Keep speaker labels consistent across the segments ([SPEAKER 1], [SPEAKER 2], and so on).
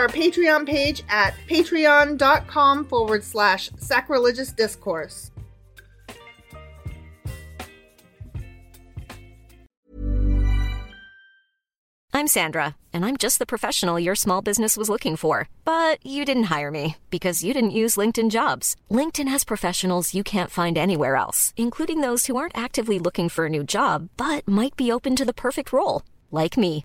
[SPEAKER 1] our Patreon page at patreon.com forward slash sacrilegious discourse.
[SPEAKER 2] I'm Sandra, and I'm just the professional your small business was looking for. But you didn't hire me because you didn't use LinkedIn jobs. LinkedIn has professionals you can't find anywhere else, including those who aren't actively looking for a new job but might be open to the perfect role, like me.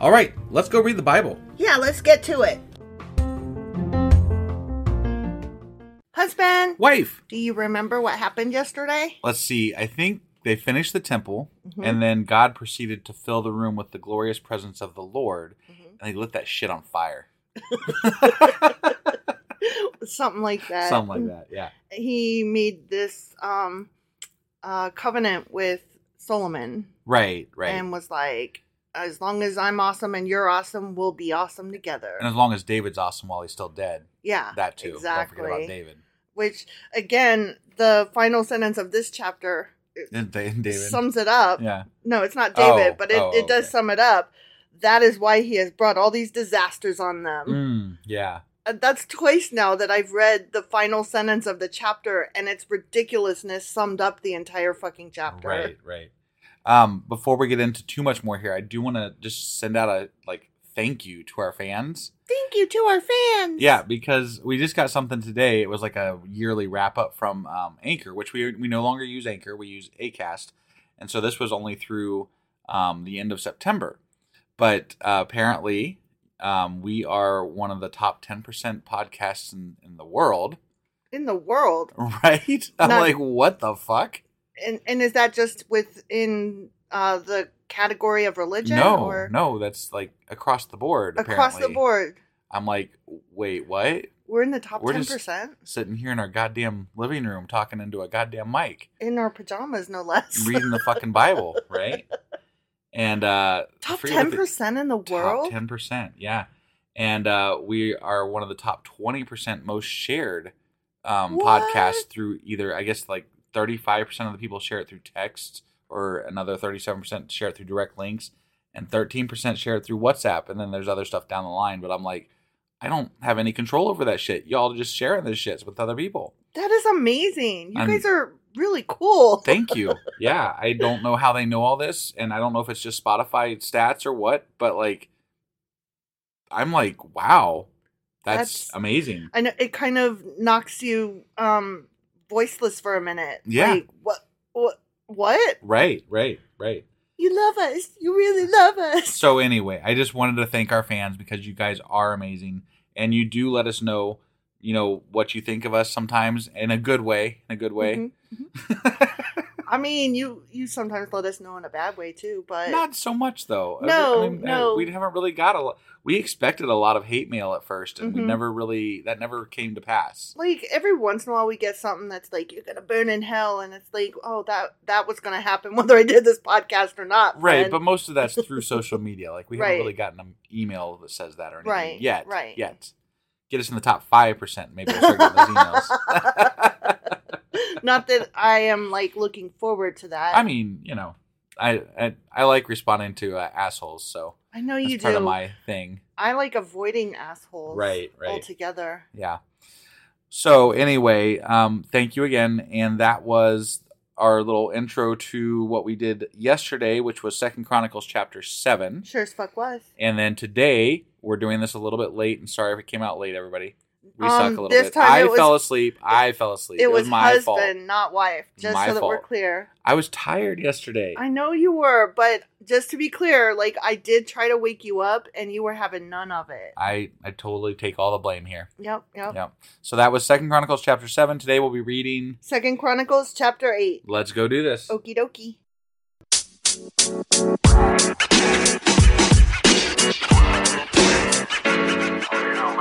[SPEAKER 3] All right, let's go read the Bible.
[SPEAKER 1] Yeah, let's get to it. Husband,
[SPEAKER 3] Wife!
[SPEAKER 1] do you remember what happened yesterday?
[SPEAKER 3] Let's see, I think they finished the temple,
[SPEAKER 1] Mm-hmm.
[SPEAKER 3] and then God proceeded to fill the room with the glorious presence of the Lord,
[SPEAKER 1] Mm-hmm.
[SPEAKER 3] and they lit that shit on fire.
[SPEAKER 1] Something like that.
[SPEAKER 3] Something like that, yeah.
[SPEAKER 1] He made this um, uh, covenant with Solomon
[SPEAKER 3] Right, right.
[SPEAKER 1] and was like, as long as I'm awesome and you're awesome, we'll be awesome together.
[SPEAKER 3] and as long as David's awesome while he's still dead,
[SPEAKER 1] yeah.
[SPEAKER 3] that too.
[SPEAKER 1] Exactly.
[SPEAKER 3] Don't forget about David.
[SPEAKER 1] Which, again, the final sentence of this chapter
[SPEAKER 3] And Da- David.
[SPEAKER 1] sums it up.
[SPEAKER 3] yeah.
[SPEAKER 1] No, it's not David,
[SPEAKER 3] Oh,
[SPEAKER 1] but it,
[SPEAKER 3] oh,
[SPEAKER 1] it does
[SPEAKER 3] okay.
[SPEAKER 1] sum it up. That is why he has brought all these disasters on them.
[SPEAKER 3] Mm, yeah.
[SPEAKER 1] Uh, That's twice now that I've read the final sentence of the chapter and its ridiculousness summed up the entire fucking chapter.
[SPEAKER 3] Right, right. Um, before we get into too much more here, I do want to just send out a like thank you to our fans.
[SPEAKER 1] Thank you to our fans.
[SPEAKER 3] Yeah, because we just got something today. It was like a yearly wrap up from um, Anchor, which we we no longer use Anchor. We use Acast, and so this was only through um, the end of September. But uh, apparently, um, we are one of the top ten percent podcasts in, in the world,
[SPEAKER 1] In the world.
[SPEAKER 3] right? I'm
[SPEAKER 1] Not-
[SPEAKER 3] like, what the fuck?
[SPEAKER 1] And and is that just within uh, the category of religion
[SPEAKER 3] no,
[SPEAKER 1] or
[SPEAKER 3] no, that's like across the board.
[SPEAKER 1] across the
[SPEAKER 3] apparently.
[SPEAKER 1] board?
[SPEAKER 3] I'm like, wait, what?
[SPEAKER 1] We're in the top
[SPEAKER 3] We're
[SPEAKER 1] ten
[SPEAKER 3] just-
[SPEAKER 1] percent
[SPEAKER 3] Sitting here in our goddamn living room talking into a goddamn mic,
[SPEAKER 1] in our pajamas, no less.
[SPEAKER 3] reading the fucking Bible, right? and uh, I
[SPEAKER 1] Top
[SPEAKER 3] forget what
[SPEAKER 1] ten
[SPEAKER 3] the-
[SPEAKER 1] percent in the world.
[SPEAKER 3] Top 10%. Yeah. And uh, we are one of the top 20% most shared um,
[SPEAKER 1] What?
[SPEAKER 3] podcasts through either, I guess, like 35% of the people share it through text, or another 37% share it through direct links, and 13% share it through WhatsApp. And then there's other stuff down the line. But I'm like, I don't have any control over that shit. Y'all just sharing this shit with other people.
[SPEAKER 1] That is amazing. You
[SPEAKER 3] I'm-
[SPEAKER 1] guys are really cool.
[SPEAKER 3] Thank you. yeah. I don't know how they know all this. And I don't know if it's just Spotify stats or what, but like, I'm like, wow, that's,
[SPEAKER 1] That's-
[SPEAKER 3] amazing.
[SPEAKER 1] I know it kind of knocks you um voiceless for a minute.
[SPEAKER 3] Yeah.
[SPEAKER 1] Like what what what?
[SPEAKER 3] Right, right, right.
[SPEAKER 1] You love us. You really love us.
[SPEAKER 3] So, anyway, I just wanted to thank our fans because you guys are amazing and you do let us know, you know, what you think of us sometimes in a good way, in a good way.
[SPEAKER 1] Mhm. I mean, you you sometimes let us know in a bad way too, but
[SPEAKER 3] Not so much though.
[SPEAKER 1] No,
[SPEAKER 3] I mean,
[SPEAKER 1] no.
[SPEAKER 3] We haven't really got a lot. We expected a lot of hate mail at first, and we
[SPEAKER 1] Mhm.
[SPEAKER 3] never really that never came to pass.
[SPEAKER 1] like every once in a while we get something that's like you're gonna burn in hell and it's like oh that that was gonna happen whether i did this podcast or not
[SPEAKER 3] Right,
[SPEAKER 1] friend.
[SPEAKER 3] but most of that's through social media. Like we
[SPEAKER 1] Right.
[SPEAKER 3] haven't really gotten an email that says that or anything
[SPEAKER 1] Right,
[SPEAKER 3] yet.
[SPEAKER 1] right.
[SPEAKER 3] Yet, get us in the top five percent. Maybe we'll start getting those emails.
[SPEAKER 1] not that i am like looking forward to that
[SPEAKER 3] I mean, you know, I I, I like responding to uh, assholes, so
[SPEAKER 1] i know
[SPEAKER 3] that's
[SPEAKER 1] Oh, you
[SPEAKER 3] part
[SPEAKER 1] do
[SPEAKER 3] of my thing.
[SPEAKER 1] i like avoiding assholes
[SPEAKER 3] Right, right.
[SPEAKER 1] altogether
[SPEAKER 3] Yeah. So anyway, um, thank you again, and that was our little intro to what we did yesterday, which was Second Chronicles chapter seven,
[SPEAKER 1] sure as fuck was
[SPEAKER 3] and then today we're doing this a little bit late, and sorry if it came out late, everybody. We
[SPEAKER 1] Um,
[SPEAKER 3] suck a little
[SPEAKER 1] this
[SPEAKER 3] bit.
[SPEAKER 1] time
[SPEAKER 3] I
[SPEAKER 1] it was-
[SPEAKER 3] fell asleep. I fell asleep.
[SPEAKER 1] it, was,
[SPEAKER 3] my
[SPEAKER 1] husband
[SPEAKER 3] fault.
[SPEAKER 1] not wife just
[SPEAKER 3] My
[SPEAKER 1] so that we're
[SPEAKER 3] fault.
[SPEAKER 1] clear
[SPEAKER 3] I was tired yesterday.
[SPEAKER 1] i know you were but just to be clear like i did try to wake you up and you were having none of it
[SPEAKER 3] I I totally take all the blame here.
[SPEAKER 1] yep yep,
[SPEAKER 3] Yep. So that was Second Chronicles chapter seven. Today we'll be reading.
[SPEAKER 1] second chronicles chapter 8
[SPEAKER 3] Let's go do this.
[SPEAKER 1] okie dokie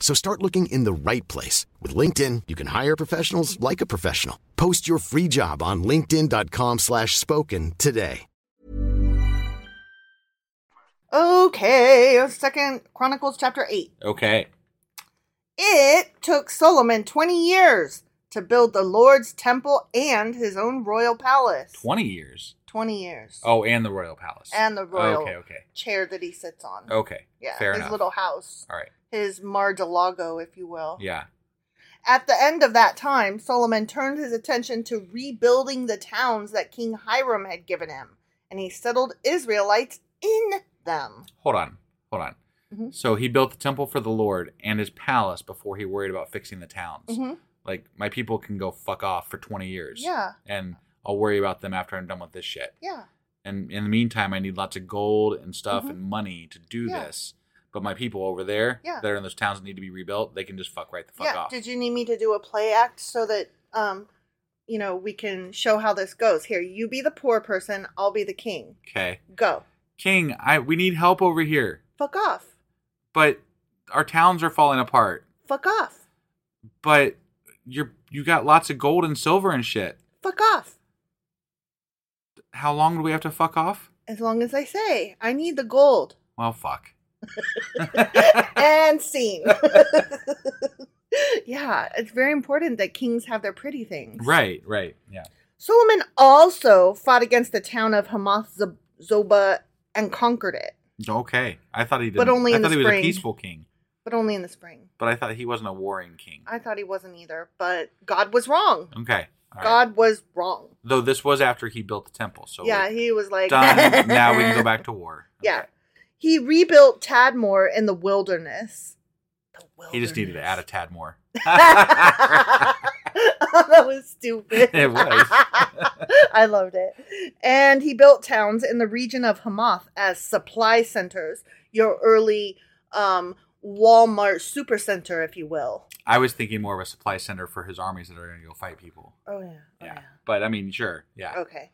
[SPEAKER 4] So start looking in the right place. With LinkedIn, you can hire professionals like a professional. Post your free job on linkedin.com/spoken slash spoken today.
[SPEAKER 1] Okay, Second Chronicles chapter 8.
[SPEAKER 3] Okay.
[SPEAKER 1] It took Solomon 20 years to build the Lord's temple and his own royal palace.
[SPEAKER 3] Twenty years.
[SPEAKER 1] 20 years.
[SPEAKER 3] Oh, and the royal palace.
[SPEAKER 1] And the royal
[SPEAKER 3] Okay. Okay.
[SPEAKER 1] chair that he sits on.
[SPEAKER 3] Okay.
[SPEAKER 1] Yeah,
[SPEAKER 3] Fair
[SPEAKER 1] his
[SPEAKER 3] enough.
[SPEAKER 1] little house.
[SPEAKER 3] All right.
[SPEAKER 1] His Mar-a-Lago, if you will.
[SPEAKER 3] Yeah.
[SPEAKER 1] At the end of that time, Solomon turned his attention to rebuilding the towns that King Hiram had given him, and he settled Israelites in them.
[SPEAKER 3] Hold on. Hold on.
[SPEAKER 1] Mhm.
[SPEAKER 3] So he built the temple for the Lord and his palace before he worried about fixing the towns.
[SPEAKER 1] hmm
[SPEAKER 3] Like my people can go fuck off for twenty years.
[SPEAKER 1] Yeah.
[SPEAKER 3] And I'll worry about them after I'm done with this shit.
[SPEAKER 1] Yeah.
[SPEAKER 3] And in the meantime, I need lots of gold and stuff
[SPEAKER 1] Mhm.
[SPEAKER 3] and money to do
[SPEAKER 1] Yeah.
[SPEAKER 3] this. But my people over there
[SPEAKER 1] Yeah.
[SPEAKER 3] that are in those towns that need to be rebuilt, they can just fuck right the fuck
[SPEAKER 1] yeah.
[SPEAKER 3] off.
[SPEAKER 1] Did you need me to do a play act so that um, you know, we can show how this goes? Here, you be the poor person, I'll be the king.
[SPEAKER 3] okay.
[SPEAKER 1] Go.
[SPEAKER 3] King, I we need help over here.
[SPEAKER 1] Fuck off.
[SPEAKER 3] But our towns are falling apart.
[SPEAKER 1] Fuck off.
[SPEAKER 3] But you're you got lots of gold and silver and shit.
[SPEAKER 1] Fuck off.
[SPEAKER 3] How long do we have to fuck off?
[SPEAKER 1] As long as I say, I need the gold.
[SPEAKER 3] Well, fuck.
[SPEAKER 1] and scene. yeah, it's very important that kings have their pretty things.
[SPEAKER 3] Right, right. Yeah.
[SPEAKER 1] Solomon also fought against the town of Hamath Zo- Zoba and conquered it.
[SPEAKER 3] Okay. I thought he did.
[SPEAKER 1] But only
[SPEAKER 3] I
[SPEAKER 1] in
[SPEAKER 3] thought
[SPEAKER 1] the
[SPEAKER 3] he was a
[SPEAKER 1] spring.
[SPEAKER 3] peaceful king.
[SPEAKER 1] but only in the spring.
[SPEAKER 3] But I thought he wasn't a warring king.
[SPEAKER 1] I thought he wasn't either, but God was wrong.
[SPEAKER 3] Okay. all right.
[SPEAKER 1] God was wrong.
[SPEAKER 3] Though this was after he built the temple, so
[SPEAKER 1] yeah,
[SPEAKER 3] we're
[SPEAKER 1] he was like,
[SPEAKER 3] done. now we can go back to war.
[SPEAKER 1] yeah.
[SPEAKER 3] Okay.
[SPEAKER 1] He rebuilt Tadmor in the wilderness. The wilderness.
[SPEAKER 3] He just needed to add a tad more.
[SPEAKER 1] that was stupid.
[SPEAKER 3] It was.
[SPEAKER 1] I loved it. And he built towns in the region of Hamath as supply centers, your early um, Walmart supercenter, if you will.
[SPEAKER 3] I was thinking more of a supply center for his armies that are going to go fight people.
[SPEAKER 1] Oh, yeah. Oh,
[SPEAKER 3] Yeah. But I mean, sure. Yeah.
[SPEAKER 1] Okay.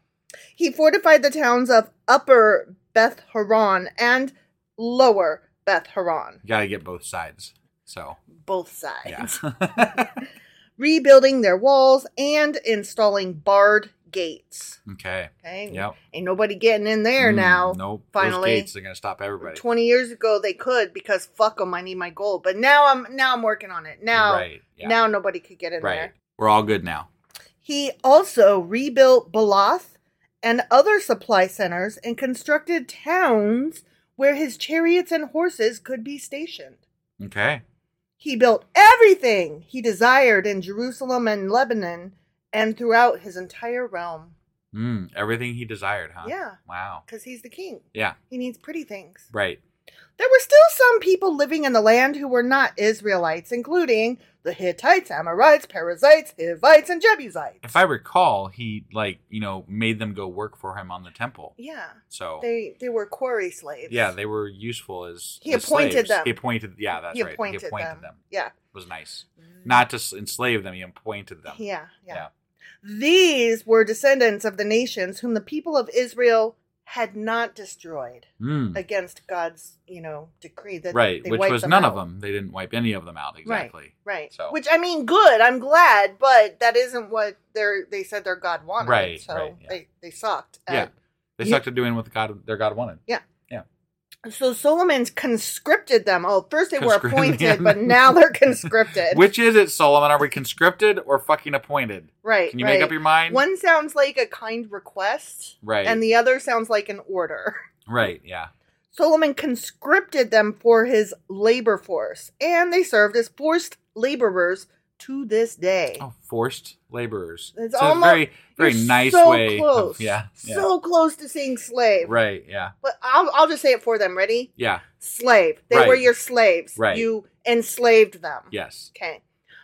[SPEAKER 1] He fortified the towns of Upper Beth Horon and Lower Beth Horon,
[SPEAKER 3] You got to get both sides. So,
[SPEAKER 1] both sides.
[SPEAKER 3] yeah.
[SPEAKER 1] rebuilding their walls and installing barred gates.
[SPEAKER 3] okay.
[SPEAKER 1] Okay.
[SPEAKER 3] Yep.
[SPEAKER 1] Ain't nobody getting in there
[SPEAKER 3] Mm,
[SPEAKER 1] now.
[SPEAKER 3] Nope. Those
[SPEAKER 1] Finally.
[SPEAKER 3] gates are going to stop everybody.
[SPEAKER 1] 20 years ago they could because fuck them, I need my gold. But now I'm now I'm working on it. Now
[SPEAKER 3] Right, yeah.
[SPEAKER 1] now nobody could get in
[SPEAKER 3] right.
[SPEAKER 1] there.
[SPEAKER 3] We're all good now.
[SPEAKER 1] He also rebuilt Baloth and other supply centers and constructed towns where his chariots and horses could be stationed.
[SPEAKER 3] Okay.
[SPEAKER 1] He built everything he desired in Jerusalem and Lebanon and throughout his entire realm
[SPEAKER 3] Mm, everything he desired, huh?
[SPEAKER 1] Yeah.
[SPEAKER 3] Wow.
[SPEAKER 1] because he's the king.
[SPEAKER 3] Yeah.
[SPEAKER 1] He needs pretty things.
[SPEAKER 3] Right.
[SPEAKER 1] There were still some people living in the land who were not Israelites, including the Hittites, Amorites, Perizzites, Hivites, and Jebusites.
[SPEAKER 3] If I recall, he, like, you know, made them go work for him on the temple.
[SPEAKER 1] yeah,
[SPEAKER 3] So,
[SPEAKER 1] they they were quarry slaves.
[SPEAKER 3] yeah, they were useful as.
[SPEAKER 1] He
[SPEAKER 3] as
[SPEAKER 1] appointed
[SPEAKER 3] slaves.
[SPEAKER 1] them.
[SPEAKER 3] He appointed, yeah, that's
[SPEAKER 1] he
[SPEAKER 3] right.
[SPEAKER 1] appointed,
[SPEAKER 3] he appointed
[SPEAKER 1] them.
[SPEAKER 3] them.
[SPEAKER 1] Yeah,
[SPEAKER 3] was nice. Not to s- enslave them, he appointed them.
[SPEAKER 1] yeah, yeah,
[SPEAKER 3] Yeah.
[SPEAKER 1] These were descendants of the nations whom the people of Israel had not destroyed
[SPEAKER 3] Mm.
[SPEAKER 1] against God's, you know, decree that
[SPEAKER 3] right,
[SPEAKER 1] they
[SPEAKER 3] which
[SPEAKER 1] wiped
[SPEAKER 3] was
[SPEAKER 1] them
[SPEAKER 3] none of
[SPEAKER 1] out.
[SPEAKER 3] them. They didn't wipe any of them out exactly.
[SPEAKER 1] Right, right.
[SPEAKER 3] So
[SPEAKER 1] Which I mean, good. I'm glad, but that isn't what they're. They said their God wanted.
[SPEAKER 3] Right,
[SPEAKER 1] So
[SPEAKER 3] right, yeah.
[SPEAKER 1] they they sucked. at-
[SPEAKER 3] yeah, they
[SPEAKER 1] uh, you-
[SPEAKER 3] sucked at doing what God their God wanted.
[SPEAKER 1] Yeah.
[SPEAKER 3] Yeah.
[SPEAKER 1] So Solomon's conscripted them. Oh, first they were
[SPEAKER 3] Conscripted.
[SPEAKER 1] appointed, but now they're conscripted.
[SPEAKER 3] Which is it, Solomon? Are we conscripted or fucking appointed?
[SPEAKER 1] right?
[SPEAKER 3] Can you
[SPEAKER 1] right.
[SPEAKER 3] make up your mind?
[SPEAKER 1] One sounds like a kind request,
[SPEAKER 3] Right.
[SPEAKER 1] And the other sounds like an order.
[SPEAKER 3] Right. Yeah.
[SPEAKER 1] Solomon conscripted them for his labor force, and they served as forced laborers to this day.
[SPEAKER 3] Oh, forced laborers.
[SPEAKER 1] It's
[SPEAKER 3] So
[SPEAKER 1] almost
[SPEAKER 3] very, very
[SPEAKER 1] you're
[SPEAKER 3] nice
[SPEAKER 1] so
[SPEAKER 3] way. of-
[SPEAKER 1] Close.
[SPEAKER 3] yeah. yeah.
[SPEAKER 1] So close to seeing slave.
[SPEAKER 3] Right. Yeah.
[SPEAKER 1] But I'll I'll just say it for them. Ready?
[SPEAKER 3] Yeah.
[SPEAKER 1] Slave. They were
[SPEAKER 3] Right.
[SPEAKER 1] your slaves.
[SPEAKER 3] Right.
[SPEAKER 1] You enslaved them.
[SPEAKER 3] Yes.
[SPEAKER 1] Okay.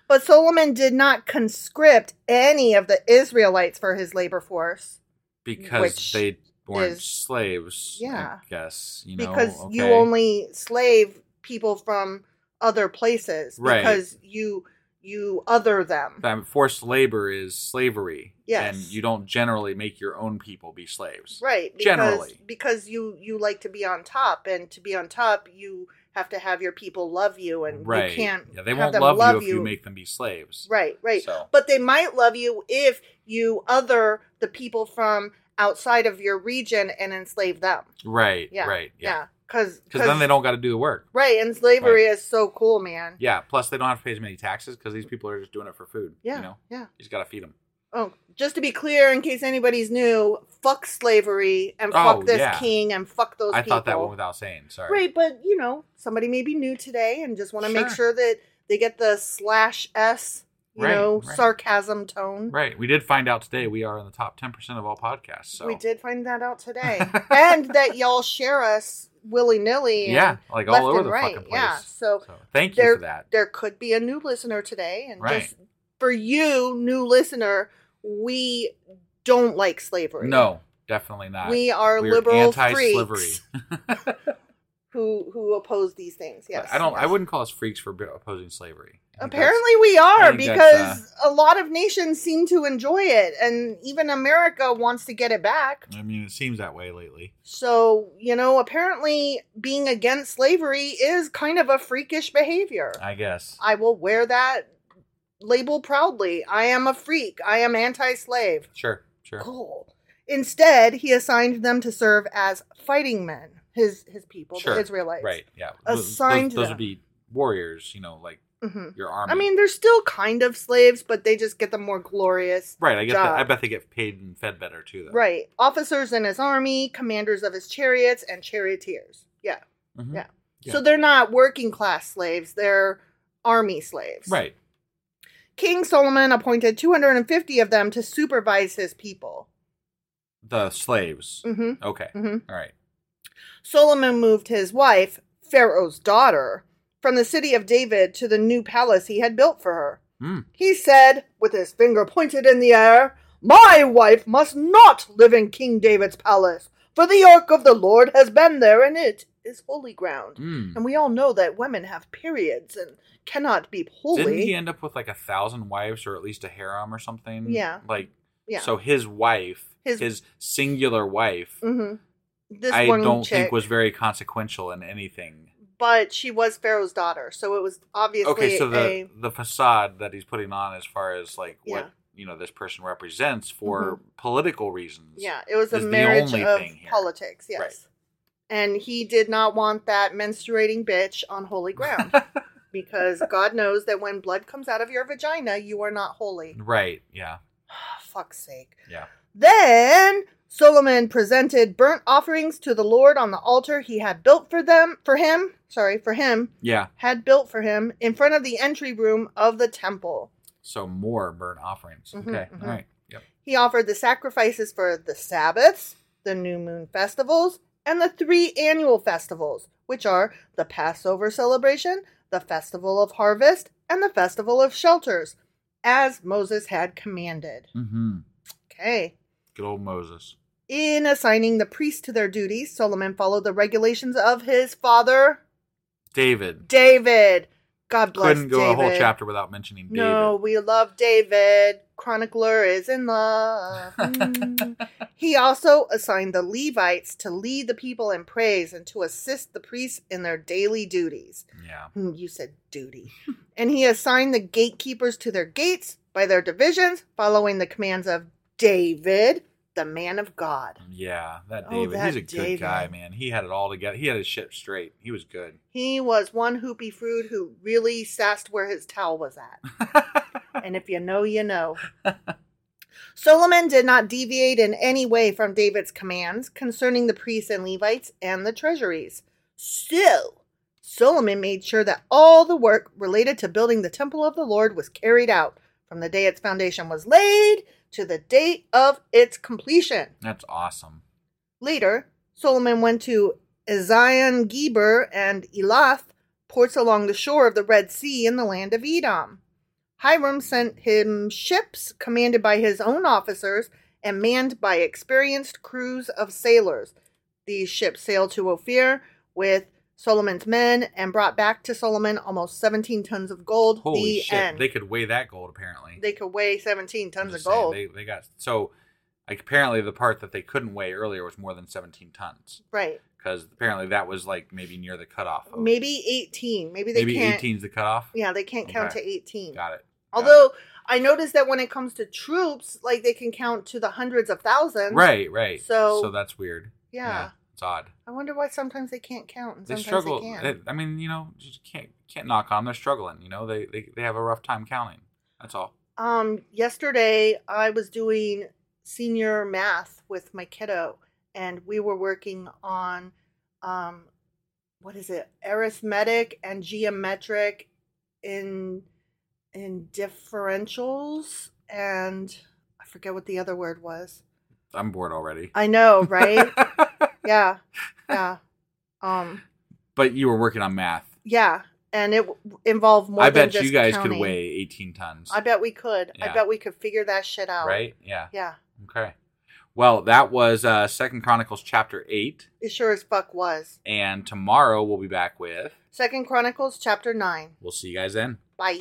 [SPEAKER 1] But Solomon did not conscript any of the Israelites for his labor force
[SPEAKER 3] Because
[SPEAKER 1] Which
[SPEAKER 3] they weren't
[SPEAKER 1] is-
[SPEAKER 3] slaves.
[SPEAKER 1] Yeah.
[SPEAKER 3] I guess you know
[SPEAKER 1] because you
[SPEAKER 3] okay.
[SPEAKER 1] only slave people from other places
[SPEAKER 3] Right.
[SPEAKER 1] because you you other them.
[SPEAKER 3] Um, forced labor is slavery.
[SPEAKER 1] Yes.
[SPEAKER 3] And you don't generally make your own people be slaves.
[SPEAKER 1] Right. Because,
[SPEAKER 3] Generally.
[SPEAKER 1] Because you you like to be on top and to be on top you have to have your people love you and
[SPEAKER 3] Right.
[SPEAKER 1] you can't
[SPEAKER 3] yeah, they
[SPEAKER 1] have
[SPEAKER 3] won't
[SPEAKER 1] them
[SPEAKER 3] love, you if you make them be slaves.
[SPEAKER 1] Right, right.
[SPEAKER 3] So-
[SPEAKER 1] But they might love you if you other the people from outside of your region and enslave them.
[SPEAKER 3] Right.
[SPEAKER 1] Yeah.
[SPEAKER 3] Right. Yeah.
[SPEAKER 1] Because
[SPEAKER 3] Because then they don't got to do the work.
[SPEAKER 1] Right, and slavery
[SPEAKER 3] Right.
[SPEAKER 1] is so cool, man.
[SPEAKER 3] Yeah. Plus, they don't have to pay as many taxes because these people are just doing it for food.
[SPEAKER 1] Yeah.
[SPEAKER 3] You know,
[SPEAKER 1] Yeah.
[SPEAKER 3] you just got to feed them.
[SPEAKER 1] Oh, just to be clear, in case anybody's new, fuck slavery and fuck
[SPEAKER 3] Oh,
[SPEAKER 1] this
[SPEAKER 3] yeah.
[SPEAKER 1] king and fuck those
[SPEAKER 3] I
[SPEAKER 1] people.
[SPEAKER 3] thought that went without saying. Sorry.
[SPEAKER 1] Right, but you know, somebody may be new today and just want to make
[SPEAKER 3] Sure.
[SPEAKER 1] sure that they get the slash s, you
[SPEAKER 3] Right,
[SPEAKER 1] know,
[SPEAKER 3] right.
[SPEAKER 1] sarcasm tone.
[SPEAKER 3] Right. We did find out today we are in the top 10% of all podcasts. So.
[SPEAKER 1] We did find that out today, and that y'all share us willy nilly.
[SPEAKER 3] Yeah. Like all over the fucking place.
[SPEAKER 1] Yeah, so,
[SPEAKER 3] thank you
[SPEAKER 1] there,
[SPEAKER 3] for that.
[SPEAKER 1] There could be a new listener today, and
[SPEAKER 3] Right.
[SPEAKER 1] just for you, new listener, we don't like slavery.
[SPEAKER 3] No, definitely not.
[SPEAKER 1] We are liberal freaks.
[SPEAKER 3] anti-slavery.
[SPEAKER 1] who who oppose these things? Yes,
[SPEAKER 3] I don't. I
[SPEAKER 1] yes.
[SPEAKER 3] wouldn't call us freaks for b- opposing slavery. I think that's-
[SPEAKER 1] Apparently, we are
[SPEAKER 3] I think that's, uh,
[SPEAKER 1] because a lot of nations seem to enjoy it, and even America wants to get it back.
[SPEAKER 3] I mean, it seems that way lately.
[SPEAKER 1] So, you know, apparently being against slavery is kind of a freakish behavior.
[SPEAKER 3] I guess.
[SPEAKER 1] I will wear that label proudly. I am a freak. I am anti slave.
[SPEAKER 3] Sure. Sure.
[SPEAKER 1] Cool. Instead, he assigned them to serve as fighting men, his his people,
[SPEAKER 3] Sure.
[SPEAKER 1] the Israelites.
[SPEAKER 3] Right. Yeah. Those,
[SPEAKER 1] Assigned
[SPEAKER 3] those, those
[SPEAKER 1] them.
[SPEAKER 3] would be warriors. You know, like
[SPEAKER 1] Mhm.
[SPEAKER 3] your army.
[SPEAKER 1] I mean, they're still kind of slaves, but they just get the more glorious.
[SPEAKER 3] right. I guess.
[SPEAKER 1] job.
[SPEAKER 3] That, I bet they get paid and fed better too. Though.
[SPEAKER 1] Right. Officers in his army, commanders of his chariots, and charioteers. Yeah.
[SPEAKER 3] Mhm.
[SPEAKER 1] Yeah. So they're not working class slaves, they're army slaves.
[SPEAKER 3] Right.
[SPEAKER 1] King Solomon appointed 250 of them to supervise his people.
[SPEAKER 3] The slaves.
[SPEAKER 1] hmm
[SPEAKER 3] Okay.
[SPEAKER 1] Mhm.
[SPEAKER 3] All right.
[SPEAKER 1] Solomon moved his wife, Pharaoh's daughter, from the city of David to the new palace he had built for her.
[SPEAKER 3] Mm.
[SPEAKER 1] He said, with his finger pointed in the air, My wife must not live in King David's palace, for the ark of the Lord has been there, and it is holy ground.
[SPEAKER 3] Mm.
[SPEAKER 1] And we all know that women have periods and cannot be
[SPEAKER 3] Didn't he
[SPEAKER 1] holy.
[SPEAKER 3] end up with like a thousand wives or at least a harem or something?
[SPEAKER 1] Yeah.
[SPEAKER 3] Like,
[SPEAKER 1] yeah.
[SPEAKER 3] so his wife,
[SPEAKER 1] His-
[SPEAKER 3] his, singular wife,
[SPEAKER 1] hmm This
[SPEAKER 3] I
[SPEAKER 1] one
[SPEAKER 3] don't
[SPEAKER 1] chick,
[SPEAKER 3] think was very consequential in anything.
[SPEAKER 1] but she was Pharaoh's daughter, so it was obviously
[SPEAKER 3] okay, so the
[SPEAKER 1] a
[SPEAKER 3] the facade that he's putting on, as far as like
[SPEAKER 1] Yeah. Mm-hmm.
[SPEAKER 3] what you know this person represents for political reasons.
[SPEAKER 1] Yeah, it was a
[SPEAKER 3] is the
[SPEAKER 1] marriage
[SPEAKER 3] only
[SPEAKER 1] of
[SPEAKER 3] thing here.
[SPEAKER 1] politics, yes.
[SPEAKER 3] Right.
[SPEAKER 1] And he did not want that menstruating bitch on holy ground because God knows that when blood comes out of your vagina, you are not holy. Ah,
[SPEAKER 3] Right. Yeah.
[SPEAKER 1] fuck's sake.
[SPEAKER 3] Yeah.
[SPEAKER 1] Then Solomon presented burnt offerings to the Lord on the altar he had built for them, for him, sorry, for him,
[SPEAKER 3] Yeah.
[SPEAKER 1] had built for him in front of the entry room of the temple.
[SPEAKER 3] So more burnt offerings.
[SPEAKER 1] Mhm,
[SPEAKER 3] okay.
[SPEAKER 1] mhm.
[SPEAKER 3] All right. Yep.
[SPEAKER 1] He offered the sacrifices for the Sabbaths, the new moon festivals, and the three annual festivals, which are the Passover celebration, the Festival of Harvest, and the Festival of Shelters, as Moses had commanded.
[SPEAKER 3] Mm-hmm.
[SPEAKER 1] Okay.
[SPEAKER 3] Good old Moses.
[SPEAKER 1] In assigning the priests to their duties, Solomon followed the regulations of his father,
[SPEAKER 3] David.
[SPEAKER 1] David. God bless
[SPEAKER 3] Couldn't go a whole
[SPEAKER 1] David.
[SPEAKER 3] chapter without mentioning David.
[SPEAKER 1] No, we love David. Chronicler is in love. Mm. he also assigned the Levites to lead the people in praise and to assist the priests in their daily duties.
[SPEAKER 3] Yeah.
[SPEAKER 1] Hmm, You said duty. and he assigned the gatekeepers to their gates by their divisions, following the commands of David, the man of God.
[SPEAKER 3] Yeah, that
[SPEAKER 1] Oh,
[SPEAKER 3] David.
[SPEAKER 1] that
[SPEAKER 3] He's a good guy,
[SPEAKER 1] David.
[SPEAKER 3] man. He had it all together. He had his ship straight. He was good.
[SPEAKER 1] He was one hoopy fruit who really sassed where his towel was at. and if you know, you know. Solomon did not deviate in any way from David's commands concerning the priests and Levites and the treasuries. So, Solomon made sure that all the work related to building the temple of the Lord was carried out from the day its foundation was laid to the date of its completion.
[SPEAKER 3] That's awesome.
[SPEAKER 1] Later, Solomon went to Ezion Geber and Elath, ports along the shore of the Red Sea in the land of Edom. Hiram sent him ships commanded by his own officers and manned by experienced crews of sailors. These ships sailed to Ophir with Solomon's men and brought back to Solomon almost 17 tons of gold.
[SPEAKER 3] Holy
[SPEAKER 1] the
[SPEAKER 3] shit.
[SPEAKER 1] end.
[SPEAKER 3] They could weigh that gold apparently.
[SPEAKER 1] They could weigh 17
[SPEAKER 3] I'm
[SPEAKER 1] tons of
[SPEAKER 3] just saying,
[SPEAKER 1] gold.
[SPEAKER 3] They, they got so like apparently the part that they couldn't weigh earlier was more than 17 tons
[SPEAKER 1] right.
[SPEAKER 3] because apparently that was like maybe near the cutoff. Of,
[SPEAKER 1] Maybe 18. Maybe they
[SPEAKER 3] Oh. maybe
[SPEAKER 1] can't.
[SPEAKER 3] 18 is the cutoff.
[SPEAKER 1] Yeah, they can't count
[SPEAKER 3] Okay.
[SPEAKER 1] to 18.
[SPEAKER 3] Got it. Got
[SPEAKER 1] Although I noticed that when it comes to troops, like they can count to the hundreds of
[SPEAKER 3] it.
[SPEAKER 1] thousands.
[SPEAKER 3] right, right.
[SPEAKER 1] so-
[SPEAKER 3] So that's weird.
[SPEAKER 1] Yeah.
[SPEAKER 3] it's odd.
[SPEAKER 1] I wonder why sometimes they can't count and
[SPEAKER 3] They
[SPEAKER 1] sometimes they,
[SPEAKER 3] struggle.
[SPEAKER 1] can.
[SPEAKER 3] they- I mean, you know, just can't can't knock on. 'em. They're struggling. You know, they, they they have a rough time counting. That's all.
[SPEAKER 1] Um, yesterday I was doing senior math with my kiddo, and we were working on, um, what is it, arithmetic and geometric, in in differentials, and I forget what the other word was.
[SPEAKER 3] I'm bored already.
[SPEAKER 1] I know, Uh, right? yeah, yeah. Um,
[SPEAKER 3] but you were working on math.
[SPEAKER 1] Yeah, and it w- involved more.
[SPEAKER 3] I
[SPEAKER 1] than
[SPEAKER 3] bet
[SPEAKER 1] just
[SPEAKER 3] you guys
[SPEAKER 1] counting.
[SPEAKER 3] could weigh 18 tons.
[SPEAKER 1] I bet we could. I
[SPEAKER 3] Yeah.
[SPEAKER 1] bet we could figure that shit out.
[SPEAKER 3] right? Yeah.
[SPEAKER 1] Yeah,
[SPEAKER 3] Okay. Well, that was uh Second Chronicles chapter eight,
[SPEAKER 1] it sure as fuck was.
[SPEAKER 3] and tomorrow we'll be back with.
[SPEAKER 1] Second Chronicles chapter nine.
[SPEAKER 3] We'll see you guys then.
[SPEAKER 1] Bye.